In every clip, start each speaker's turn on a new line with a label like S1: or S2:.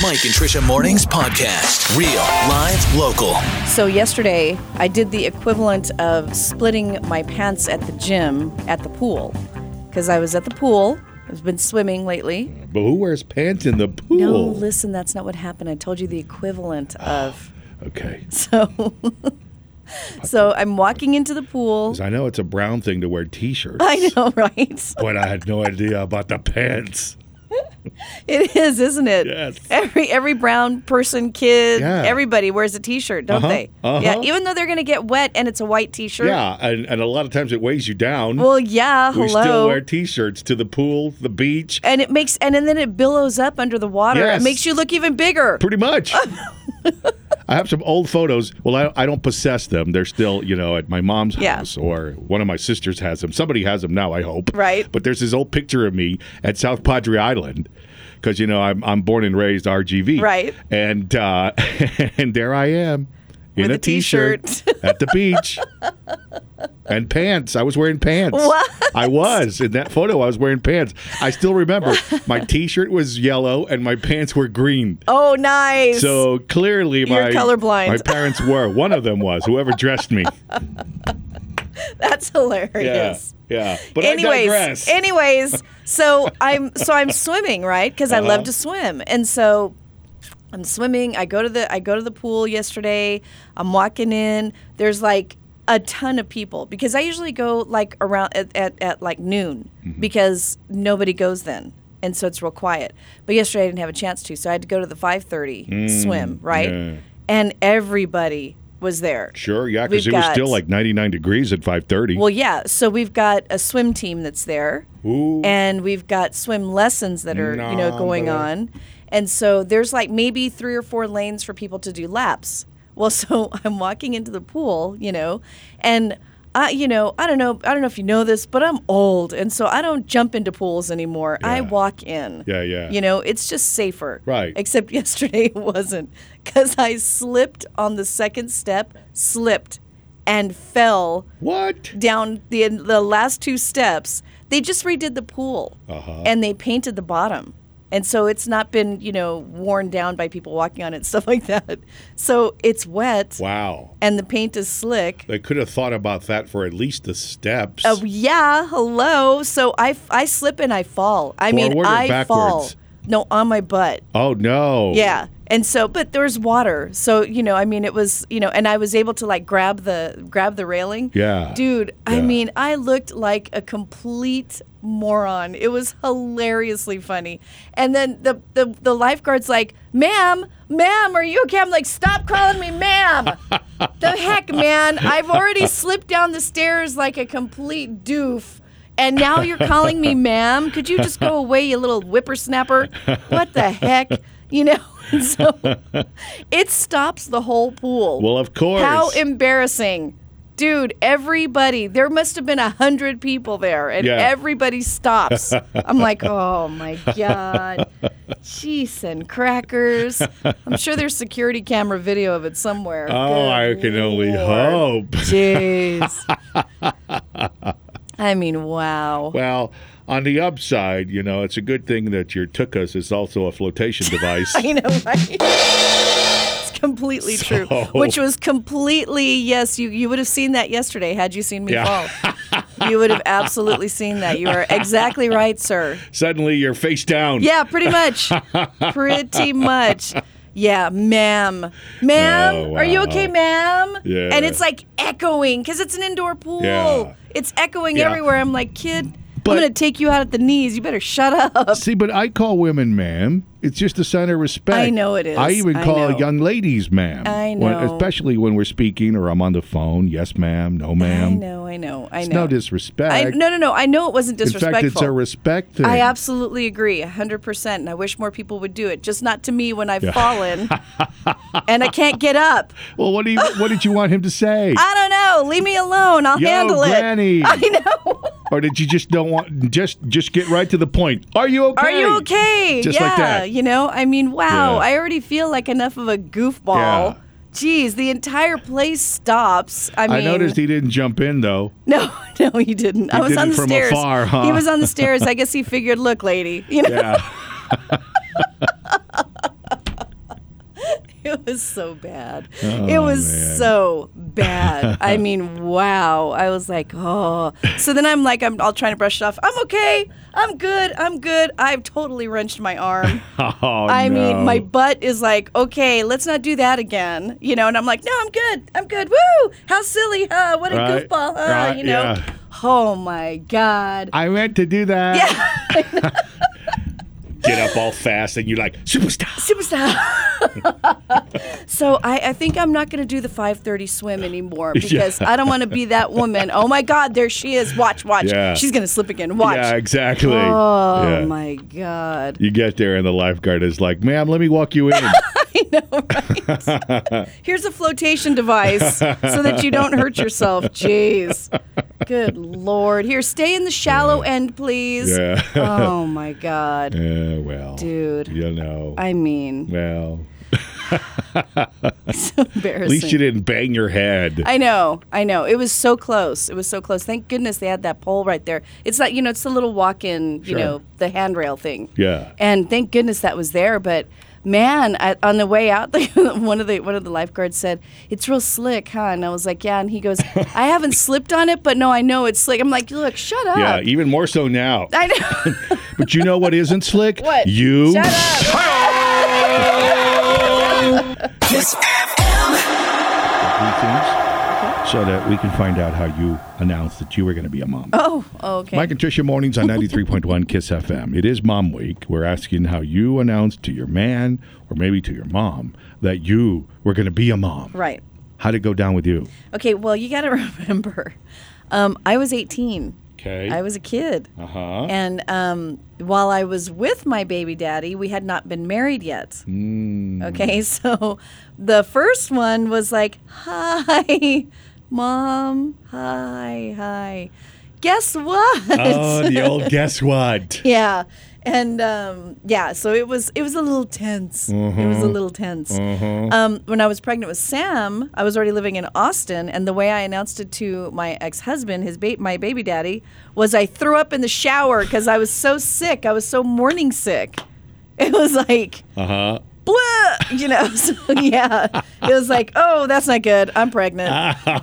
S1: Mike and Trisha Mornings Podcast. Real, live, local.
S2: So, yesterday, I did the equivalent of splitting my pants at the gym at the pool because I was at the pool. I've been swimming lately.
S3: But who wears pants in the pool? Ah,
S2: No, listen, that's not what happened. I told you the equivalent of.
S3: Okay.
S2: So, so I'm walking into the pool.
S3: 'Cause I know it's a brown thing to wear t-shirts,
S2: I know, right?
S3: but I had no idea about the pants.
S2: It is, isn't it?
S3: Yes.
S2: Every every brown person, kid,
S3: Yeah.
S2: everybody wears a T-shirt, don't
S3: Uh-huh,
S2: they?
S3: uh-huh.
S2: Yeah. Even though they're gonna get wet, and it's a white T-shirt.
S3: Yeah, and, and a lot of times it weighs you down.
S2: Well, yeah.
S3: we
S2: hello.
S3: still wear t-shirts to the pool, the beach,
S2: and it makes and, then it billows up under the water.
S3: Yes.
S2: It makes you look even bigger.
S3: pretty much. I have some old photos. Well, I, I don't possess them. They're still, you know, at my mom's
S2: Yeah.
S3: house or one of my sisters has them. Somebody has them now, I hope.
S2: Right.
S3: But there's this old picture of me at South Padre Island because, you know, I'm, I'm born and raised RGV.
S2: Right.
S3: And, uh, and there I am in
S2: With a
S3: t-shirt
S2: t-shirt.
S3: at the beach and pants. I was wearing pants.
S2: What?
S3: I was in that photo. I was wearing pants. I still remember my T-shirt was yellow and my pants were green.
S2: oh, nice.
S3: So clearly,
S2: You're
S3: my
S2: colorblind.
S3: My parents were. One of them was whoever dressed me.
S2: that's hilarious.
S3: yeah. But I
S2: anyways,
S3: digress.
S2: anyways, so I'm so I'm swimming, right? Because I
S3: Uh-huh.
S2: love to swim, and so I'm swimming. I go to the I go to the pool yesterday. I'm walking in. There's like a ton of people because I usually go like around at, at, at like noon
S3: Mm-hmm.
S2: because nobody goes then. And so it's real quiet. But yesterday I didn't have a chance to, so I had to go to the 5:30 swim, right?
S3: Mm, yeah.
S2: And everybody was there.
S3: sure, yeah, because
S2: We've
S3: it was
S2: got-
S3: still like 99 degrees at 5:30.
S2: Well, yeah. So we've got a swim team that's there,
S3: Ooh.
S2: and we've got swim lessons that are you know going on, and so there's like maybe three or four lanes for people to do laps. Well, so I'm walking into the pool, you know, and. I, you know, I don't know. I don't know if you know this, but I'm old, and so I don't jump into pools anymore. I
S3: Yeah.
S2: walk in.
S3: Yeah, yeah.
S2: You know, it's just safer.
S3: Right.
S2: Except yesterday it wasn't, because I slipped on the second step, slipped, and fell
S3: what?
S2: down the the last two steps, they just redid the pool
S3: Uh-huh.
S2: and they painted the bottom. And so it's not been, you know, worn down by people walking on it and stuff like that. So it's wet
S3: Wow.
S2: and the paint is slick.
S3: They could have thought about that for at least the steps.
S2: Oh yeah, hello. So I, f- I slip and I fall. I mean,
S3: Forward or
S2: I fall.
S3: backwards?
S2: No, on my butt.
S3: oh no.
S2: Yeah. And so, but there was water. So, you know, I mean, it was, you know, and I was able to like grab the, grab the railing.
S3: Yeah.
S2: Dude, I
S3: Yeah.
S2: mean, I looked like a complete moron. It was hilariously funny. And then the, the, the lifeguard's like, ma'am, ma'am, are you okay? I'm like, stop calling me ma'am. the heck, man. I've already slipped down the stairs like a complete doof. And now you're calling me ma'am. Could you just go away, you little whippersnapper? What the heck? You know? And so it stops the whole pool.
S3: Well, of course.
S2: How embarrassing. Dude, everybody, there must have been a hundred people there, and
S3: Yeah.
S2: everybody stops. I'm like, oh my God. Cheese and crackers. I'm sure there's security camera video of it somewhere.
S3: oh, I
S2: Good
S3: can only
S2: Lord.
S3: hope.
S2: Jeez. I mean, wow.
S3: Well, on the upside, you know, it's a good thing that your tuchus is also a flotation device.
S2: I know, right? It's completely true.
S3: So-
S2: Which was completely yes. You you would have seen that yesterday had you seen me
S3: Yeah.
S2: fall. you would have absolutely seen that. You are exactly right, sir.
S3: Suddenly, you're face down.
S2: Yeah, pretty much. pretty much. Yeah, ma'am. Ma'am,
S3: Oh,
S2: are you
S3: wow.
S2: okay, ma'am?
S3: Yeah.
S2: And it's like echoing because it's an indoor pool.
S3: Yeah.
S2: It's echoing
S3: Yeah.
S2: everywhere. I'm like, kid,
S3: But-
S2: I'm going to take you out at the knees. You better shut up.
S3: See, but I call women ma'am. It's just a sign of respect.
S2: I know it is.
S3: I even
S2: I
S3: call
S2: know.
S3: young ladies ma'am.
S2: I
S3: When-
S2: know.
S3: especially when we're speaking or I'm on the phone. Yes, ma'am. No,
S2: I
S3: ma'am.
S2: know, I know, I
S3: It's
S2: know.
S3: no disrespect.
S2: I, no, no, no. I know it wasn't
S3: In
S2: disrespectful.
S3: fact, it's a respect thing.
S2: I absolutely agree, 100%. And I wish more people would do it, just not to me when I've fallen and I can't get up.
S3: well, what do you? What did you want him to say?
S2: I don't know. Leave me alone. I'll
S3: Yo,
S2: handle
S3: granny.
S2: it. I know.
S3: or did you just don't want? Just just get right to the point. Are you okay?
S2: Are you okay?
S3: Just
S2: yeah.
S3: like that.
S2: You know, I mean, wow.
S3: Yeah.
S2: I already feel like enough of a
S3: Yeah.
S2: goofball. Jeez, the entire place stops. I mean,
S3: I noticed he didn't jump in though.
S2: no, no, he didn't. I was
S3: did
S2: on
S3: it
S2: the
S3: from
S2: stairs.
S3: afar, huh?
S2: He was on the stairs. I guess he figured, look, lady, you know,
S3: Yeah.
S2: was so bad. it was
S3: Oh, man.
S2: so bad. I mean, wow. I was like, oh. So then I'm like, I'm all trying to brush it off. I'm okay. I'm good. I'm good. I've totally wrenched my arm.
S3: Oh,
S2: I mean, my
S3: no.
S2: butt is like, okay, let's not do that again. You know, and I'm like, no, I'm good. I'm good. Woo! How silly, huh? What a
S3: Right.
S2: goofball, huh?
S3: Right,
S2: you know?
S3: yeah.
S2: Oh my God.
S3: I meant to do that.
S2: yeah.
S3: Get up all fast, and you're like superstar.
S2: Superstar. so I, I think I'm not going to do the 5:30 swim anymore because I don't want to be that woman. Oh my God, there she is! Watch, watch.
S3: Yeah.
S2: She's going to slip again. Watch.
S3: Yeah, exactly.
S2: Oh
S3: Yeah.
S2: my God.
S3: You get there, and the lifeguard is like, "Ma'am, let me walk you in."
S2: I know, right? Here's a flotation device so that you don't hurt yourself. Jeez. Good Lord. Here, stay in the shallow end, please.
S3: yeah.
S2: Oh my God,
S3: Yeah, well,
S2: dude.
S3: you know,
S2: I mean,
S3: well,
S2: so embarrassing.
S3: at least you didn't bang your head.
S2: I know, I know. It was so close. It was so close. Thank goodness they had that pole right there. It's like you know, it's the little walk-in, you
S3: Sure.
S2: know, the handrail thing.
S3: Yeah.
S2: And thank goodness that was there. But man, I, on the way out, like, one of the one of the lifeguards said, "It's real slick, huh?" And I was like, "Yeah." And he goes, "I haven't slipped on it, but no, I know it's slick." I'm like, "Look, shut up."
S3: yeah, even more so now.
S2: I know.
S3: But you know what isn't slick?
S2: what?
S3: You.
S2: Shut up.
S1: Kiss FM.
S3: these things so that we can find out how you announced that you were going to be a mom.
S2: Oh, okay.
S3: Mike and Tricia mornings on 93.1 Kiss FM. It is Mom Week. We're asking how you announced to your man or maybe to your mom that you were going to be a mom.
S2: right.
S3: How'd it go down with you?
S2: Okay. Well, you got to remember, um, I was 18.
S3: Okay.
S2: I was a kid.
S3: Uh-huh.
S2: And um, while I was with my baby daddy, we had not been married yet.
S3: Mm.
S2: Okay, so the first one was like, "Hi, mom. Hi, hi. Guess what?"
S3: Oh, the old guess what?
S2: yeah and um, yeah so it was it was a little tense it
S3: Uh-huh.
S2: was a little tense um, when i was pregnant with sam i was already living in austin and the way i announced it to my ex-husband his ba- my baby daddy was i threw up in the shower because i was so sick i was so morning sick it was like
S3: Uh-huh.
S2: bleh, you know so yeah it was like oh that's not good i'm pregnant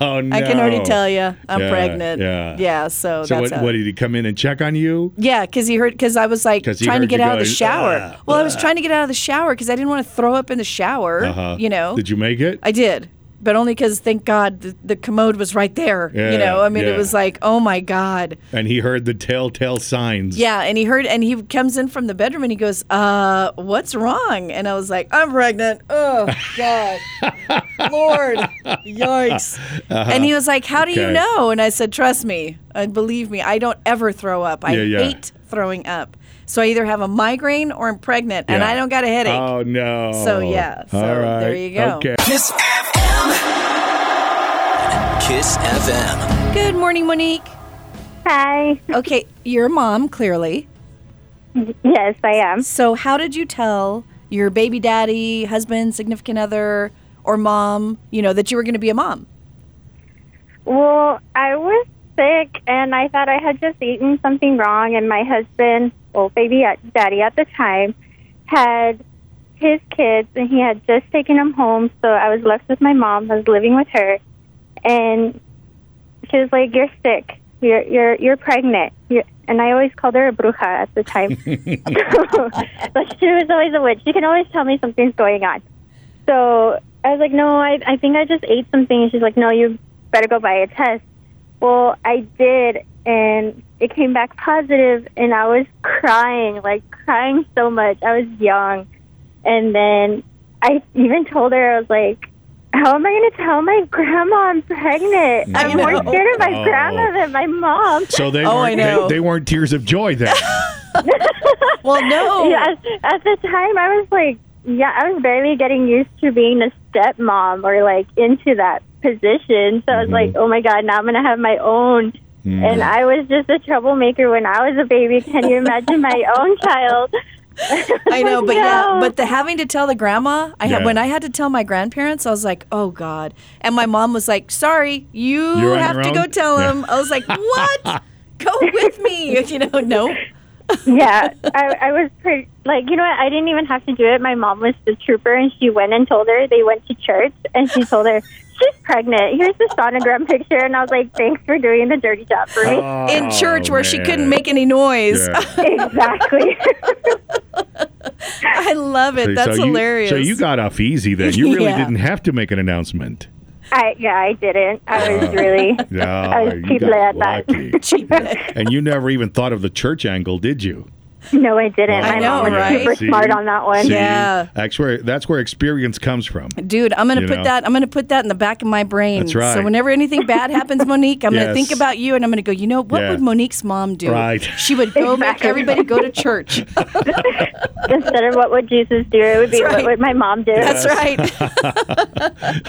S3: Oh, no.
S2: i can already tell you i'm
S3: Yeah,
S2: pregnant
S3: yeah.
S2: so,
S3: So
S2: that's
S3: what,
S2: how-
S3: what, did he come in and check on you?
S2: yeah, because he heard because I was like
S3: 'Cause he
S2: trying to
S3: heard
S2: get
S3: you
S2: out of the
S3: going,
S2: shower.
S3: "Ah,
S2: well, I was trying to get out of the shower because I didn't want to throw up in the shower. You know,
S3: Uh-huh. Did you make it?
S2: I did, but only because thank God the, the commode was right there. you
S3: Yeah,
S2: know, I mean,
S3: yeah.
S2: it was like, oh my God.
S3: and he heard the telltale signs.
S2: Yeah, and he heard, and he comes in from the bedroom, and he goes, "Uh, what's wrong?" And I was like, "I'm pregnant." Oh God, Lord, yikes! And he was like, "How do you
S3: Uh-huh. Okay.
S2: know?" And I said, "Trust me, and believe me, I don't ever throw up. I
S3: Yeah, yeah.
S2: hate throwing up. So I either have a migraine or I'm pregnant, and
S3: Yeah.
S2: I don't got a headache."
S3: Oh, no.
S2: So, yeah, so
S3: All right.
S2: there you go.
S3: Okay.
S1: Kiss FM. Kiss FM.
S2: Good morning, Monique.
S4: Hi.
S2: Okay, you're a mom, clearly.
S4: Yes, I am.
S2: So how did you tell your baby daddy, husband, significant other, or mom, you know, that you were going to be a mom?
S4: Well, I was sick and I thought I had just eaten something wrong, and my husband, well, baby at, daddy at the time, had his kids and he had just taken them home. So I was left with my mom. I was living with her, and she was like, "You're sick. You're you're you're pregnant." You're, and I always called her a bruja at the time. like she was always a witch. She can always tell me something's going on. So I was like, no, I, I think I just ate something. And she's like, no, you better go buy a test. Well, I did, and it came back positive, and I was crying, like crying so much. I was young. And then I even told her, I was like, how am I going to tell my grandma I'm pregnant?
S2: I
S4: I'm more
S2: know.
S4: scared of my
S3: Oh.
S4: grandma than my mom.
S3: So they,
S2: Oh, I
S3: weren't,
S2: know.
S3: They, they weren't tears of joy then.
S2: Well, no.
S4: Yeah, at, at the time, I was like, yeah, I was barely getting used to being a stepmom or like into that position. So I was like, oh my God, now I'm going to have my own. And I was just a troublemaker when I was a baby. Can you imagine my own child?
S2: I know, but yeah,
S4: No.
S2: but the having to tell the grandma, I had
S3: Yeah.
S2: when I had to tell my grandparents, I was like, "Oh God!" And my mom was like, "Sorry, you
S3: You're on
S2: have
S3: your
S2: to
S3: own?
S2: go tell
S3: Yeah.
S2: him." I was like, "What? go with me?" You know, no.
S4: yeah, I, I was pretty, like, you know what? I didn't even have to do it. My mom was the trooper, and she went and told her they went to church, and she told her she's pregnant. Here's the sonogram picture, and I was like, thanks for doing the dirty job for me.
S2: in church
S3: Oh,
S2: where she couldn't
S3: man.
S2: make any noise.
S3: Yeah.
S4: exactly.
S2: I love it.
S3: See,
S2: That's
S3: so
S2: hilarious.
S3: You, so you got off easy then. You really
S2: Yeah.
S3: didn't have to make an announcement.
S4: I yeah, I didn't. I
S2: Oh.
S4: was really.
S3: No,
S4: I was
S3: Oh, you
S4: cheaply
S3: got
S4: at that.
S3: lucky. and you never even thought of the church angle, did you?
S4: No, I didn't.
S2: I
S4: My
S2: know,
S4: mom was
S2: right?
S4: super
S3: See?
S4: smart on that one.
S3: See?
S2: Yeah.
S3: That's where that's where experience comes from.
S2: Dude, I'm gonna
S3: You
S2: put
S3: know?
S2: that. I'm gonna put that in the back of my brain.
S3: That's right.
S2: So whenever anything bad happens, Monique, I'm gonna
S3: Yes.
S2: think about you, and I'm gonna go. You know what
S3: Yeah.
S2: would Monique's mom do?
S3: Right.
S2: She would go make
S4: Exactly.
S2: everybody go to church.
S4: Instead of what would Jesus do, it would be
S2: That's right.
S4: what would my mom do.
S2: That's right.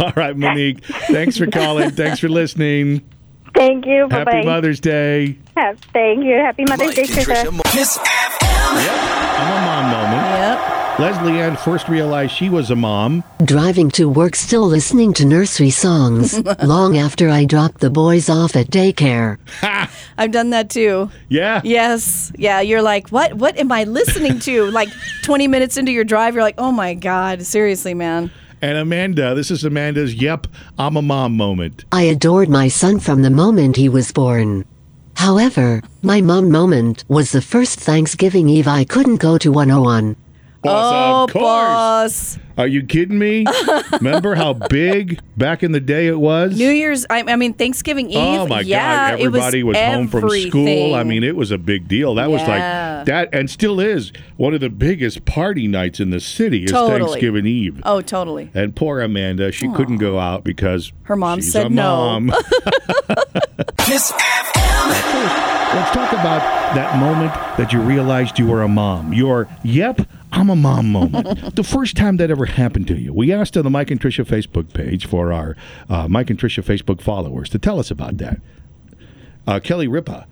S3: All right, Monique. Thanks for calling. Thanks for listening.
S4: Thank you. Bye
S3: Happy
S4: bye.
S3: Mother's Day.
S4: Thank you. Happy Mother's
S1: Mike
S4: Day,
S1: and
S4: Trisha.
S1: Trisha. Mo- Kiss
S3: I'm a mom moment.
S2: yep.
S3: Leslie Ann first realized she was a mom.
S5: Driving to work, still listening to nursery songs, long after I dropped the boys off at daycare.
S2: I've done that too.
S3: Yeah.
S2: Yes. Yeah. You're like, what? What am I listening to? like 20 minutes into your drive, you're like, oh my god, seriously, man.
S3: And Amanda, this is Amanda's yep, I'm a mom moment.
S5: I adored my son from the moment he was born. However, my mom moment was the first Thanksgiving Eve I couldn't go to
S2: oh,
S5: 101.
S3: Boss, of course.
S2: boss.
S3: Are you kidding me? Remember how big back in the day it was?
S2: New Year's. I, I mean, Thanksgiving Eve.
S3: Oh my
S2: yeah,
S3: God! Everybody
S2: it was,
S3: home from
S2: everything.
S3: school. I mean, it was a big deal. That was
S2: Yeah.
S3: like that, and still is one of the biggest party nights in the city. Is
S2: Totally.
S3: Thanksgiving Eve.
S2: oh, totally.
S3: And poor Amanda, she couldn't go out because
S2: Her mom
S3: she's
S2: said
S3: a
S2: no.
S3: mom.
S1: Kiss
S3: Let's talk about that moment that you realized you were a mom. Your yep, I'm a mom moment. the first time that ever happened to you. We asked on the Mike and Trisha Facebook page for our uh, Mike and Trisha Facebook followers to tell us about that. Uh, Kelly Ripa,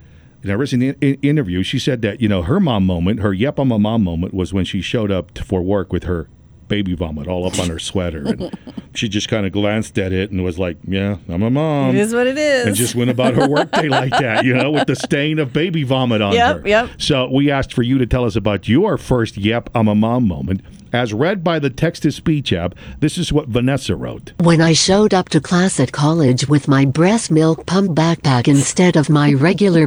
S3: in a recent in- in- interview, she said that you know her mom moment, her yep, I'm a mom moment, was when she showed up t- for work with her baby vomit all up on her sweater, and she just kind of glanced at it and was like, "Yeah, I'm a mom."
S2: It is what it is.
S3: and just went about her workday like that, you know, with the stain of baby vomit on
S2: Yep,
S3: her.
S2: yep.
S3: So we asked for you to tell us about your first "Yep, I'm a mom" moment, as read by the text-to-speech app. This is what Vanessa wrote.
S5: When I showed up to class at college with my breast milk pump backpack instead of my regular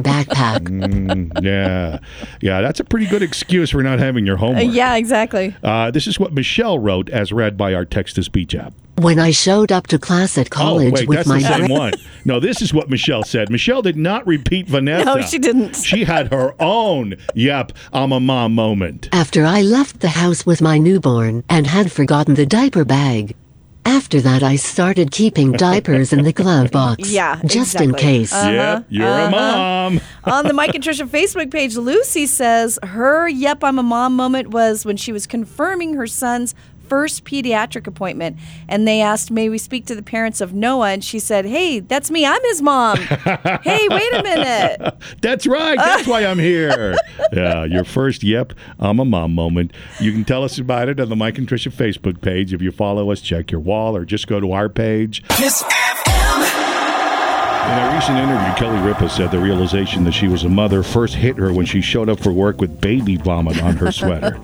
S5: backpack,
S3: yeah, yeah, that's a pretty good excuse for not having your
S2: Uh,
S3: homework.
S2: yeah, exactly.
S3: Uh, this is what Michelle wrote, as read by our text-to-speech app.
S5: when I showed up to class at college
S3: oh, wait,
S5: with
S3: that's
S5: my
S3: the same
S5: bre-
S3: one. No, this is what Michelle said. Michelle did not repeat Vanessa.
S2: No, she didn't.
S3: She had her own "Yep, I'm a mom" moment.
S5: after I left the house with my newborn and had forgotten the diaper bag. After that, I started keeping diapers in the glove box.
S2: Yeah,
S5: Just
S2: exactly.
S5: in
S2: Uh,
S5: case.
S3: Yep, you're
S2: uh-huh.
S3: a mom.
S2: On the Mike and Trisha Facebook page, Lucy says her "Yep, I'm a mom" moment was when she was confirming her son's first pediatric appointment, and they asked, "May we speak to the parents of Noah?" And she said, "Hey, that's me. I'm his mom. hey, wait a minute.
S3: That's right. That's why I'm here. yeah, your first yep, I'm a mom moment. You can tell us about it on the Mike and Trisha Facebook page. If you follow us, check your wall or just go to our page.
S1: Kiss
S3: In a recent interview, Kelly Ripa said the realization that she was a mother first hit her when she showed up for work with baby vomit on her sweater.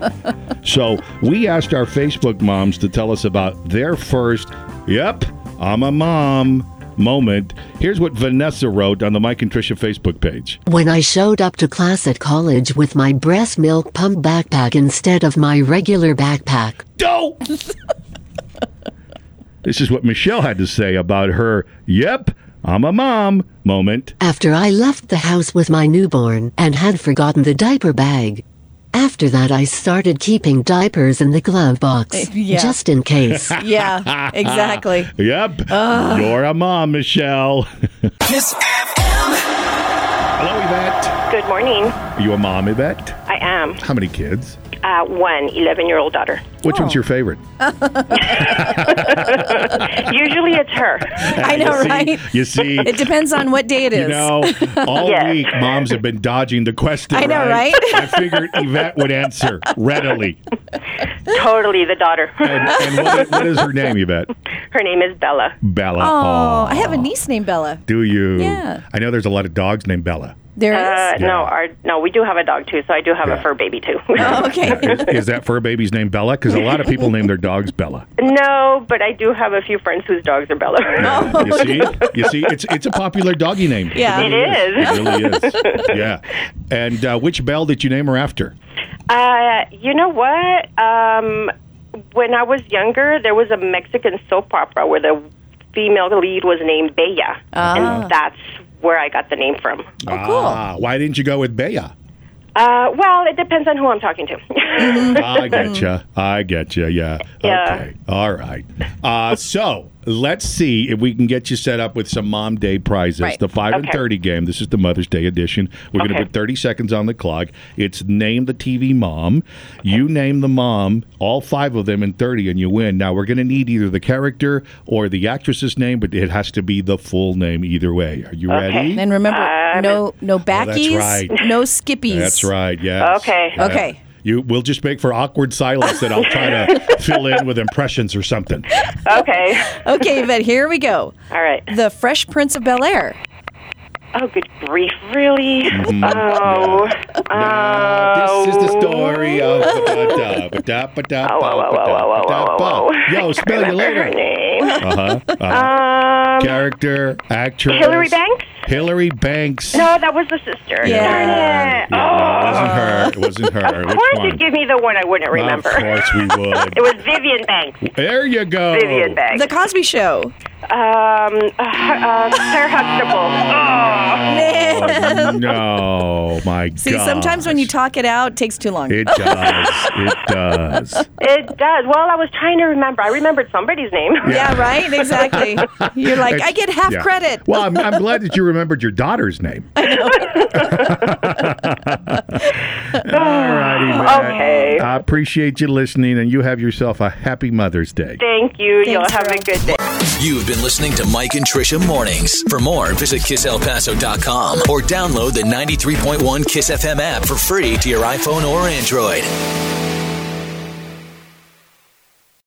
S3: so we asked our Facebook moms to tell us about their first, yep, I'm a mom moment. Here's what Vanessa wrote on the Mike and Trisha Facebook page.
S5: When I showed up to class at college with my breast milk pump backpack instead of my regular backpack.
S3: dope. this is what Michelle had to say about her, yep, I'm a mom moment.
S5: After I left the house with my newborn and had forgotten the diaper bag. After that, I started keeping diapers in the glove box.
S2: yeah.
S5: Just in case.
S2: Yeah, exactly.
S3: Yep. You're a mom, Michelle.
S1: Kiss
S3: Hello, Yvette.
S6: Good morning.
S3: Are you a mom, Yvette?
S6: I am
S3: How many kids?
S6: uh, one 11 year old daughter.
S3: Which
S2: Oh.
S3: one's your favorite?
S6: Usually it's her.
S2: I know, right?
S3: You see,
S2: It depends on what day it is.
S3: you know, all
S6: Yes.
S3: week moms have been dodging the question.
S2: I know, right?
S3: I figured Yvette would answer readily.
S6: Totally the daughter.
S3: And, and what is- what is her name, Yvette?
S6: her name is Bella. Uh,
S3: Bella.
S2: Oh,
S3: Aw.
S2: I have a niece named Bella.
S3: Do you?
S2: Yeah.
S3: I know there's a lot of dogs named Bella.
S2: There
S6: Uh,
S2: it is.
S6: No, our no, we do have a dog too, so I do have
S3: Yeah.
S6: a fur baby too.
S2: Oh, okay.
S3: Is, is that fur baby's name Bella? Because a lot of people name their dogs Bella.
S6: no, but I do have a few friends whose dogs are Bella.
S3: You see, you see, it's it's a popular doggy name.
S2: Yeah.
S3: Oh. it, really is. It really is. Yeah. And uh, which Belle did you name her after?
S6: Uh, you know what? Um, when I was younger, there was a Mexican soap opera where the female lead was named Bella,
S3: Ah.
S6: and that's where I got the name from.
S3: Oh, cool. Ah, why didn't you go with Bea?
S6: Uh, well, it depends on who I'm talking to.
S3: I getcha. I getcha. Yeah.
S6: Yeah.
S3: Okay. All right. Uh, so let's see if we can get you set up with some Mom Day prizes.
S2: Right.
S3: The 5 and
S6: Okay.
S3: 30 game. This is the Mother's Day edition. We're going
S6: Okay.
S3: to put 30 seconds on the clock. It's name the TV mom. You name the mom, all five of them in 30, and you win. Now, we're going to need either the character or the actress's name, but it has to be the full name either way. Are you
S6: Okay.
S3: ready?
S2: And remember, no no backies,
S3: Oh, right.
S2: no skippies.
S3: That's right. Yes.
S6: Okay.
S3: Yeah.
S2: Okay.
S3: You we'll just make for awkward silence that I'll try to fill in with impressions or something.
S6: okay.
S2: Okay, but here we go.
S6: All right.
S2: The Fresh Prince of Bel Air.
S6: Oh, good grief! Really?
S3: Mm-hmm.
S6: Oh.
S3: Now, this is the story of ba-da-da, ba-da, ba-da,
S6: Oh, whoa, whoa, whoa, whoa, whoa,
S3: ba-da, ba-da,
S6: whoa, whoa,
S3: ba.
S6: whoa.
S3: Yo, spell you
S6: Her
S3: later.
S6: name.
S3: Uh-huh. uh-huh.
S6: Um,
S3: Character, actress.
S6: Hillary Banks?
S3: Hillary Banks.
S6: no, that was the sister.
S2: Yeah.
S6: Darn
S3: Yeah,
S6: it. Uh,
S3: no, it wasn't
S6: Oh.
S3: her. It wasn't her.
S6: Of
S3: Which
S6: course,
S3: one?
S6: you'd give me the one I wouldn't remember.
S3: Of course we would.
S6: It was Vivian Banks.
S3: there you go.
S6: Vivian Banks.
S2: The Cosby Show.
S6: um, uh, uh, Claire Huxtable. Oh.
S3: No, my God.
S2: See, sometimes when you talk it out, it takes too long.
S3: It does. It does.
S6: It does. Well, I was trying to remember. I remembered somebody's name.
S2: yeah, right? Exactly. You're like, I get half
S3: Yeah.
S2: credit.
S3: Well, I'm, I'm glad that you remembered your daughter's name. All righty, Matt.
S6: Okay.
S3: I appreciate you listening, and you have yourself a happy Mother's Day.
S6: Thank you. You'll
S2: Thanks,
S6: have
S2: girl.
S6: a good day.
S1: You've been listening to Mike and Trisha Mornings. For more, visit KissElPaso.com or download the 93.1 Kiss FM app for free to your iPhone or Android.